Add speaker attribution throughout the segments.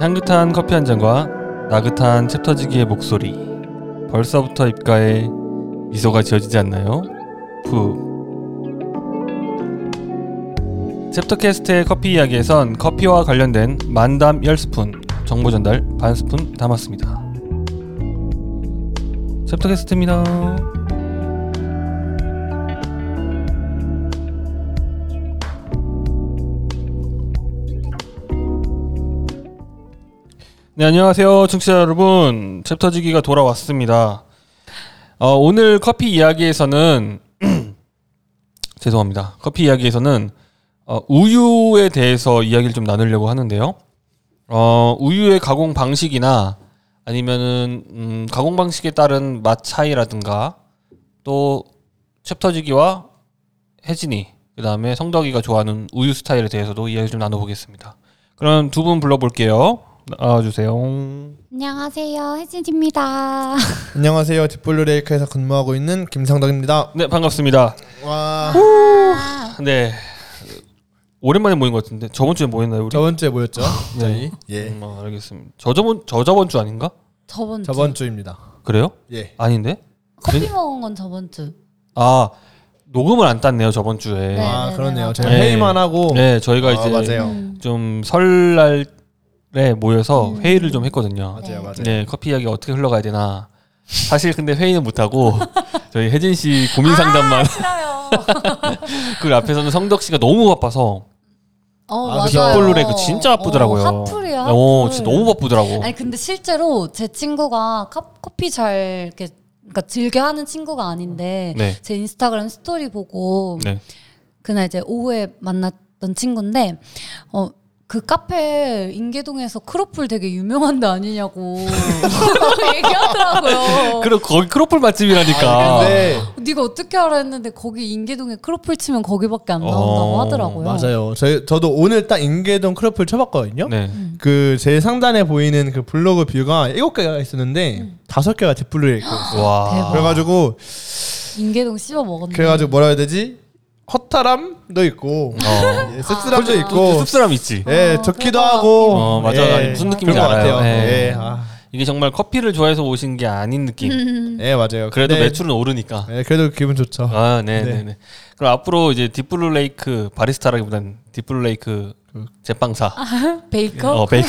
Speaker 1: 향긋한 커피 한 잔과 나긋한 챕터지기의 목소리. 벌써부터 입가에 미소가 지어지지 않나요? 푸. 챕터캐스트의 커피 이야기에선 커피와 관련된 만담 10스푼, 정보 전달 반 스푼 담았습니다. 챕터캐스트입니다. 네, 안녕하세요, 청취자 여러분. 챕터지기가 돌아왔습니다. 어, 오늘 커피 이야기에서는 죄송합니다. 커피 이야기에서는 어, 우유에 대해서 이야기를 좀 나누려고 하는데요. 어, 우유의 가공 방식이나 아니면은 음, 가공 방식에 따른 맛 차이라든가 또 챕터지기와 혜진이 그다음에 성덕이가 좋아하는 우유 스타일에 대해서도 이야기 좀 나눠보겠습니다. 그럼 두 분 불러볼게요. 나와주세요.
Speaker 2: 안녕하세요, 혜진입니다.
Speaker 3: 안녕하세요. 딥블루레이크에서 근무하고 있는 김상덕입니다.
Speaker 1: 네 반갑습니다.
Speaker 3: 와
Speaker 4: 아.
Speaker 1: 네 오랜만에 모인 것 같은데 저번 주에 모였나요 우리?
Speaker 3: 저번 주에 뭐였죠? 저희 예
Speaker 4: 네.
Speaker 1: 음, 어, 알겠습니다. 저 저번 저 저번 주 아닌가?
Speaker 4: 저번 주
Speaker 3: 저번 주입니다.
Speaker 1: 그래요?
Speaker 3: 예
Speaker 1: 아닌데?
Speaker 4: 커피
Speaker 1: 네.
Speaker 4: 먹은 건 저번 주.
Speaker 1: 아 녹음을 안 땄네요 저번 주에.
Speaker 4: 네, 음.
Speaker 3: 아
Speaker 4: 네,
Speaker 3: 그렇네요.
Speaker 4: 네,
Speaker 3: 저희
Speaker 1: 네.
Speaker 3: 회의만 하고
Speaker 1: 네 저희가
Speaker 3: 아,
Speaker 1: 이제
Speaker 3: 맞아요.
Speaker 2: 음.
Speaker 1: 좀 설날에 모여서
Speaker 4: 음.
Speaker 1: 회의를 좀 했거든요.
Speaker 3: 맞아요, 맞아요.
Speaker 1: 네 커피 이야기 어떻게 흘러가야 되나. 사실 근데 회의는 못 하고 저희 혜진 씨 고민 상담만
Speaker 4: 아, 싫어요.
Speaker 1: 그 앞에서는 성덕 씨가 너무 바빠서
Speaker 4: 어
Speaker 3: 아,
Speaker 4: 맞아요.
Speaker 3: 그
Speaker 1: 뒷볼루레 그 진짜 바쁘더라고요.
Speaker 4: 어, 화풀이야.
Speaker 1: 오, 진짜 너무 바쁘더라고.
Speaker 4: 아니 근데 실제로 제 친구가 컵, 커피 잘 이렇게 그러니까 즐겨 하는 친구가 아닌데
Speaker 1: 네.
Speaker 4: 제 인스타그램 스토리 보고
Speaker 1: 네.
Speaker 4: 그날 이제 오후에 만났던 친구인데 어. 그 카페 인계동에서 크로플 되게 유명한 데 아니냐고 얘기하더라고요.
Speaker 1: 그리고 거기 크로플
Speaker 4: 아,
Speaker 1: 맛집이라니까.
Speaker 3: 근데
Speaker 4: 네가 어떻게 알아 했는데 거기 인계동에 크로플 치면 거기밖에 안 나온다고
Speaker 1: 어,
Speaker 4: 하더라고요.
Speaker 3: 맞아요. 저희 저도 오늘 딱 인계동 크로플 쳐봤거든요.
Speaker 1: 네.
Speaker 4: 음.
Speaker 3: 그 제 상단에 보이는 그 블로그 뷰가 일곱 개가 있었는데
Speaker 4: 음.
Speaker 3: 다섯 개가 딥블루레이크.
Speaker 4: 아.
Speaker 1: 와.
Speaker 4: 대박.
Speaker 3: 그래가지고
Speaker 4: 인계동 씹어 먹었네.
Speaker 3: 그래가지고 뭐라 해야 되지? 허탈함도 있고
Speaker 1: 어.
Speaker 3: 예, 씁쓸함도
Speaker 1: 그
Speaker 3: 있고
Speaker 1: 씁쓸함 있지.
Speaker 3: 예
Speaker 4: 어,
Speaker 3: 적기도
Speaker 4: 그럴 것
Speaker 3: 하고
Speaker 1: 어, 맞아.
Speaker 3: 예,
Speaker 1: 무슨 느낌인지
Speaker 3: 그런 것
Speaker 1: 알아요.
Speaker 3: 같아요.
Speaker 1: 예.
Speaker 3: 예, 아,
Speaker 1: 이게 정말 커피를 좋아해서 오신 게 아닌 느낌.
Speaker 3: 예 맞아요.
Speaker 1: 그래도
Speaker 3: 근데-
Speaker 1: 매출은 오르니까.
Speaker 3: 예, 그래도 기분 좋죠.
Speaker 1: 아, 네, 네,
Speaker 3: 네.
Speaker 1: 네. 그럼 앞으로 이제 딥블루레이크 바리스타라기보단 딥블루레이크 그 제빵사,
Speaker 4: 아, 베이커?
Speaker 1: 어, 베이커,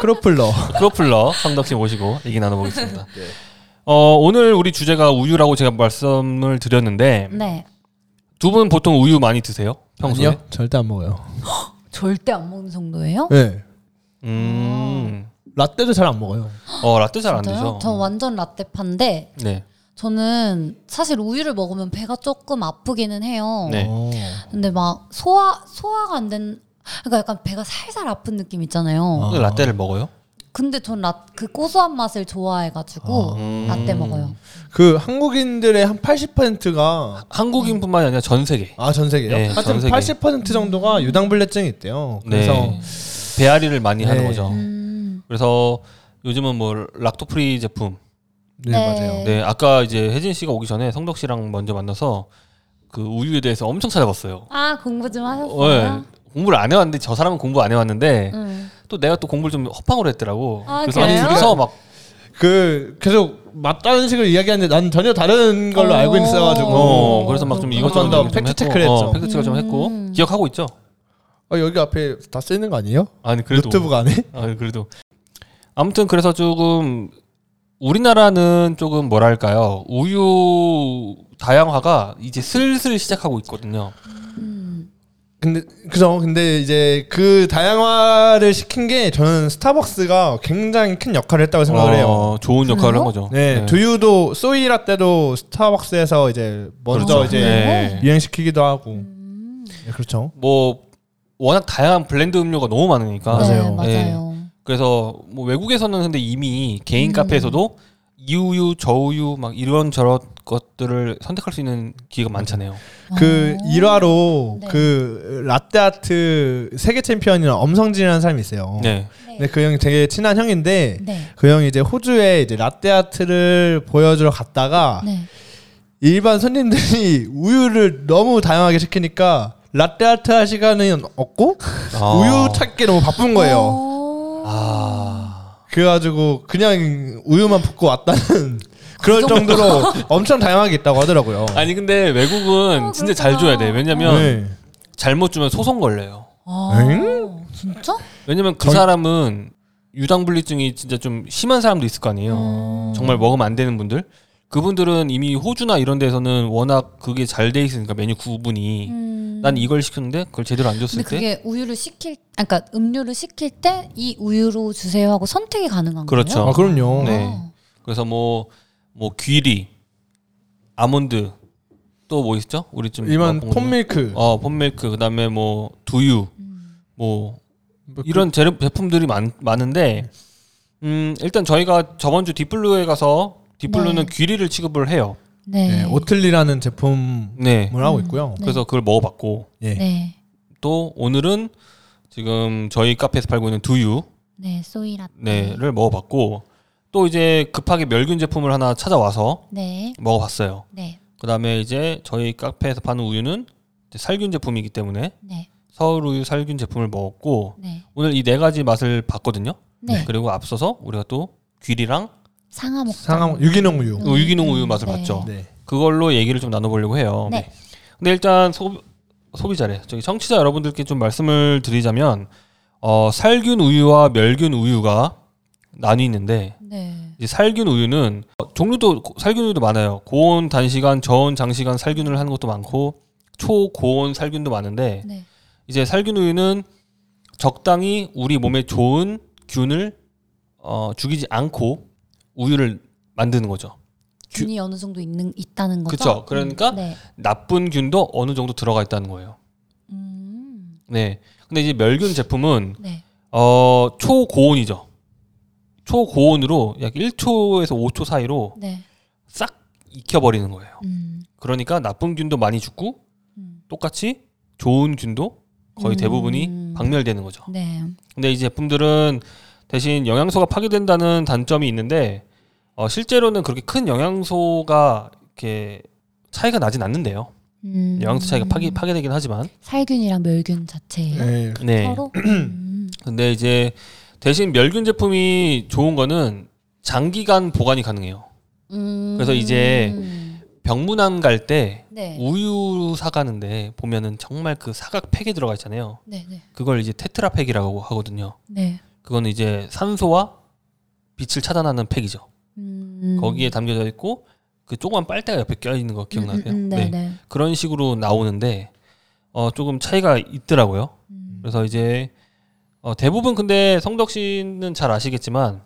Speaker 3: 크로플러.
Speaker 1: 크로플러 성덕 씨 모시고 얘기 나눠보겠습니다.
Speaker 3: 네.
Speaker 1: 어, 오늘 우리 주제가 우유라고 제가 말씀을 드렸는데
Speaker 4: 네.
Speaker 1: 두 분 보통 우유 많이 드세요? 평소에?
Speaker 3: 아니요, 절대 안 먹어요.
Speaker 4: 절대 안 먹는 정도예요?
Speaker 3: 네.
Speaker 1: 음,
Speaker 3: 라떼도 잘 안 먹어요.
Speaker 1: 어 라떼 잘 안
Speaker 4: 진짜요?
Speaker 1: 드죠?
Speaker 4: 저 완전 라떼파인데
Speaker 1: 네,
Speaker 4: 저는 사실 우유를 먹으면 배가 조금 아프기는 해요.
Speaker 1: 네.
Speaker 3: 어.
Speaker 4: 근데 막 소화 소화가 안 된. 그러니까 약간 배가 살살 아픈 느낌 있잖아요.
Speaker 1: 근데 그 라떼를 먹어요?
Speaker 4: 근데 전 그 고소한 맛을 좋아해가지고
Speaker 1: 음.
Speaker 4: 라떼 먹어요.
Speaker 3: 그 한국인들의 한 80%가
Speaker 1: 한국인뿐만이 아니라 전 세계
Speaker 3: 아 전 세계요?
Speaker 1: 네, 전
Speaker 3: 하여튼
Speaker 1: 세계.
Speaker 3: 80% 정도가 유당불내증이 있대요. 그래서
Speaker 1: 네. 배앓이를 많이 하는
Speaker 3: 네.
Speaker 1: 거죠.
Speaker 4: 음.
Speaker 1: 그래서 요즘은 뭐 락토프리 제품.
Speaker 3: 네,
Speaker 4: 네.
Speaker 3: 맞아요.
Speaker 1: 네, 아까 이제 혜진 씨가 오기 전에 성덕 씨랑 먼저 만나서 그 우유에 대해서 엄청 찾아봤어요.
Speaker 4: 아 공부 좀
Speaker 1: 어,
Speaker 4: 하셨어요?
Speaker 1: 예. 공부를 안 해왔는데 저 사람은 공부 안 해왔는데
Speaker 4: 응.
Speaker 1: 또 내가 또 공부를 좀 허팡으로 했더라고.
Speaker 4: 아,
Speaker 1: 그래서
Speaker 4: 그래요?
Speaker 1: 둘이서 막
Speaker 3: 그 계속 맞다는 식으로 이야기하는데 난 전혀 다른 걸로
Speaker 4: 어.
Speaker 3: 알고 있어가지고
Speaker 1: 어, 그래서 막 좀
Speaker 3: 그렇구나.
Speaker 1: 이것저것
Speaker 3: 좀더
Speaker 1: 얘기 좀
Speaker 3: 팩트
Speaker 1: 했고,
Speaker 3: 체크를
Speaker 1: 어,
Speaker 3: 했죠.
Speaker 1: 팩트 체크 좀 했고
Speaker 4: 음.
Speaker 1: 기억하고 있죠.
Speaker 3: 어, 여기 앞에 다 쓰이는 거 아니에요?
Speaker 1: 아니 그래도
Speaker 3: 노트북 안에?
Speaker 1: 아 그래도 아무튼 그래서 조금 우리나라는 조금 뭐랄까요 우유 다양화가 이제 슬슬 시작하고 있거든요.
Speaker 3: 근데 그죠? 근데 이제 그 다양화를 시킨 게 저는 스타벅스가 굉장히 큰 역할을 했다고 생각을 해요.
Speaker 1: 어, 좋은 역할을 한 거죠.
Speaker 3: 네, 두유도 소이 라떼도 스타벅스에서 이제 먼저
Speaker 1: 그렇죠.
Speaker 3: 이제
Speaker 1: 네.
Speaker 3: 유행시키기도 하고 네, 그렇죠.
Speaker 1: 뭐 워낙 다양한 블렌드 음료가 너무 많으니까
Speaker 3: 맞아요.
Speaker 4: 네, 맞아요.
Speaker 1: 그래서 뭐 외국에서는 근데 이미 개인 카페에서도 이우유, 저우유 막 이런 저런 것들을 선택할 수 있는 기회가 많잖아요.
Speaker 3: 그
Speaker 4: 어.
Speaker 3: 1화로
Speaker 4: 네.
Speaker 3: 그 라떼 아트 세계 챔피언인 엄성진이라는 사람이 있어요.
Speaker 1: 네.
Speaker 3: 근데 그 형이 되게 친한 형인데
Speaker 4: 네.
Speaker 3: 그 형이 이제 호주에 이제 라떼 아트를 보여주러
Speaker 1: 아,
Speaker 3: 갔다가
Speaker 4: 네.
Speaker 3: 일반 손님들이 우유를 너무 다양하게 시키니까 라떼 아트 할 시간은 없고
Speaker 1: 아.
Speaker 4: 어.
Speaker 3: 우유 찾기 너무 바쁜 거예요.
Speaker 4: 오.
Speaker 1: 아.
Speaker 3: 그래가지고 그냥 우유만 붓고 왔다는 그럴 정도로 엄청 다양하게 있다고 하더라고요.
Speaker 1: 아니 근데 외국은
Speaker 4: 어,
Speaker 1: 진짜
Speaker 4: 그렇구나.
Speaker 1: 잘 줘야 돼. 왜냐면
Speaker 3: 네.
Speaker 1: 잘못 주면 소송 걸려요.
Speaker 4: 아,
Speaker 3: 엥?
Speaker 4: 진짜?
Speaker 1: 왜냐면 그
Speaker 3: 저희-
Speaker 1: 사람은 유당불내증이 진짜 좀 심한 사람도 있을 거 아니에요. 정말 먹으면 안 되는 분들. 그분들은 이미 호주나 이런 데서는 워낙 그게 잘 돼 있으니까 메뉴 구분이
Speaker 4: 음.
Speaker 1: 난 이걸 시켰는데 그걸 제대로 안
Speaker 4: 근데
Speaker 1: 줬을 때
Speaker 4: 그게 우유를 시킬, 아, 그러니까 음료를 시킬 때 이 우유로 주세요 하고 선택이 가능한
Speaker 1: 그렇죠.
Speaker 4: 거예요?
Speaker 3: 아 그럼요.
Speaker 1: 네. 그래서 뭐, 뭐 귀리, 아몬드, 또 뭐 있죠? 우리 좀
Speaker 3: 이만
Speaker 1: 맛본 거 중에.
Speaker 3: 폼밀크
Speaker 1: 어 폼밀크, 그다음에 뭐 두유, 뭐
Speaker 3: 뭐
Speaker 1: 이런 제- 제품들이 많, 많은데 음 일단 저희가 저번 주 디플루에 가서 디플루는 귀리를 취급을 해요.
Speaker 4: 네.
Speaker 3: 네, 오틀리라는 제품을
Speaker 1: 네.
Speaker 3: 하고 있고요.
Speaker 4: 네.
Speaker 1: 그래서 그걸 먹어봤고
Speaker 3: 예.
Speaker 4: 네.
Speaker 1: 또 오늘은 지금 저희 카페에서 팔고 있는 두유
Speaker 2: 네, 소이라떼.
Speaker 1: 네를 먹어봤고 또 이제 급하게 멸균 제품을 하나 찾아와서
Speaker 2: 네.
Speaker 1: 먹어봤어요.
Speaker 2: 네.
Speaker 1: 그다음에 이제 저희 카페에서 파는 우유는 이제 살균 제품이기 때문에
Speaker 2: 네.
Speaker 1: 서울 우유 살균 제품을 먹었고
Speaker 2: 네.
Speaker 1: 오늘 이 네 가지 맛을 봤거든요.
Speaker 2: 네.
Speaker 1: 그리고 앞서서 우리가 또 귀리랑
Speaker 2: 상하 먹자.
Speaker 3: 상암 유기농 우유.
Speaker 4: 음.
Speaker 1: 그 유기농 우유 맛을
Speaker 2: 네.
Speaker 1: 봤죠.
Speaker 3: 네.
Speaker 1: 그걸로 얘기를 좀 나눠보려고 해요.
Speaker 2: 네.
Speaker 1: 근데 일단 소, 소비자래. 저기 청취자 여러분들께 좀 말씀을 드리자면 어, 살균 우유와 멸균 우유가 나뉘는데
Speaker 4: 네.
Speaker 1: 이제 살균 우유는 어, 종류도 고- 살균 우유도 많아요. 고온 단시간, 저온 장시간 살균을 하는 것도 많고 초고온 살균도 많은데
Speaker 4: 네.
Speaker 1: 이제 살균 우유는 적당히 우리 몸에 좋은 균을 어, 죽이지 않고 우유를 만드는 거죠.
Speaker 4: 균이 어느 정도 있는 있다는 거죠?
Speaker 1: 그렇죠. 그러니까
Speaker 4: 네.
Speaker 1: 나쁜 균도 어느 정도 들어가 있다는 거예요.
Speaker 4: 음.
Speaker 1: 네. 근데 이제 멸균 제품은
Speaker 4: 네.
Speaker 1: 어 초고온이죠. 초고온으로 약 1초에서 5초 사이로
Speaker 4: 네.
Speaker 1: 싹 익혀버리는 거예요.
Speaker 4: 음.
Speaker 1: 그러니까 나쁜 균도 많이 죽고
Speaker 4: 음.
Speaker 1: 똑같이 좋은 균도 거의
Speaker 4: 음.
Speaker 1: 대부분이 박멸되는 거죠.
Speaker 4: 네.
Speaker 1: 근데 이 제품들은 대신 영양소가 파괴된다는 단점이 있는데 어, 실제로는 그렇게 큰 영양소가 이렇게 차이가 나진 않는데요.
Speaker 4: 음.
Speaker 1: 영양소 차이가 파괴, 파괴되긴 하지만
Speaker 4: 살균이랑 멸균 자체예요.
Speaker 3: 네.
Speaker 1: 네.
Speaker 4: 서로. 음.
Speaker 1: 근데 이제 대신 멸균 제품이 좋은 거는 장기간 보관이 가능해요.
Speaker 4: 음.
Speaker 1: 그래서 이제 병문안 갈 때
Speaker 4: 네.
Speaker 1: 우유 사가는데 보면은 정말 그 사각 팩이 들어가 있잖아요.
Speaker 4: 네. 네.
Speaker 1: 그걸 이제 테트라팩이라고 하거든요.
Speaker 4: 네.
Speaker 1: 그거는 이제 산소와 빛을 차단하는 팩이죠.
Speaker 4: 음.
Speaker 1: 거기에 담겨져 있고 그 조그만 빨대가 옆에 껴 있는 거 기억나세요?
Speaker 4: 음, 음, 네.
Speaker 1: 네.
Speaker 4: 네. 네.
Speaker 1: 그런 식으로 나오는데 어 조금 차이가 있더라고요.
Speaker 4: 음.
Speaker 1: 그래서 이제 어, 대부분 근데 성덕 씨는 잘 아시겠지만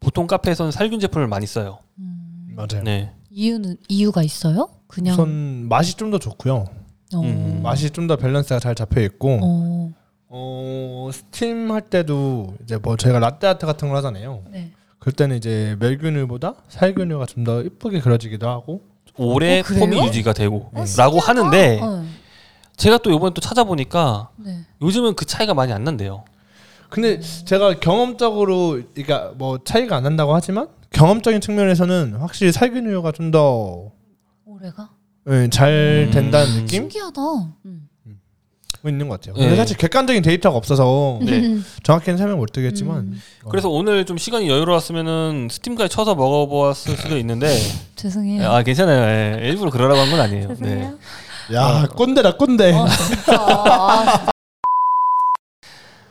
Speaker 1: 보통 카페에서는 살균 제품을 많이 써요.
Speaker 4: 음.
Speaker 3: 맞아요.
Speaker 1: 네.
Speaker 4: 이유는 이유가 있어요? 그냥
Speaker 3: 우선 맛이 좀 더 좋고요.
Speaker 4: 어.
Speaker 1: 음,
Speaker 3: 맛이 좀 더 밸런스가 잘 잡혀 있고
Speaker 4: 어.
Speaker 3: 어, 스팀 할 때도 이제 뭐 저희가 라떼 아트 같은 걸 하잖아요.
Speaker 4: 네.
Speaker 3: 그럴 때는 이제 멸균율보다 살균율가 좀 더 이쁘게 그려지기도 하고
Speaker 1: 오래
Speaker 4: 어, 그래요?
Speaker 1: 폼이 유지가 되고
Speaker 4: 어,
Speaker 1: 라고 하는데
Speaker 4: 어.
Speaker 1: 제가 또 이번에 또 찾아보니까
Speaker 4: 네.
Speaker 1: 요즘은 그 차이가 많이 안 난대요.
Speaker 3: 근데 제가 경험적으로 그러니까 뭐 차이가 안 난다고 하지만 경험적인 측면에서는 확실히 살균율가 좀 더 예,
Speaker 4: 올해가
Speaker 3: 잘
Speaker 1: 음.
Speaker 3: 된다는 느낌은
Speaker 4: 신기하다. 음.
Speaker 3: 있는 것 같아요.
Speaker 1: 네.
Speaker 3: 근데 사실 객관적인 데이터가 없어서
Speaker 1: 네.
Speaker 3: 정확히는 설명 못 드리겠지만
Speaker 4: 음.
Speaker 3: 어,
Speaker 1: 그래서 오늘 좀 시간이 여유로웠으면은 스팀까지 쳐서 먹어보았을 수도 있는데
Speaker 4: 죄송해요.
Speaker 1: 아 괜찮아요. 예, 일부러 그러라고 한 건 아니에요. 네.
Speaker 2: 죄송해요.
Speaker 3: 야 꼰대다 꼰대.
Speaker 4: 어, 진짜. 아,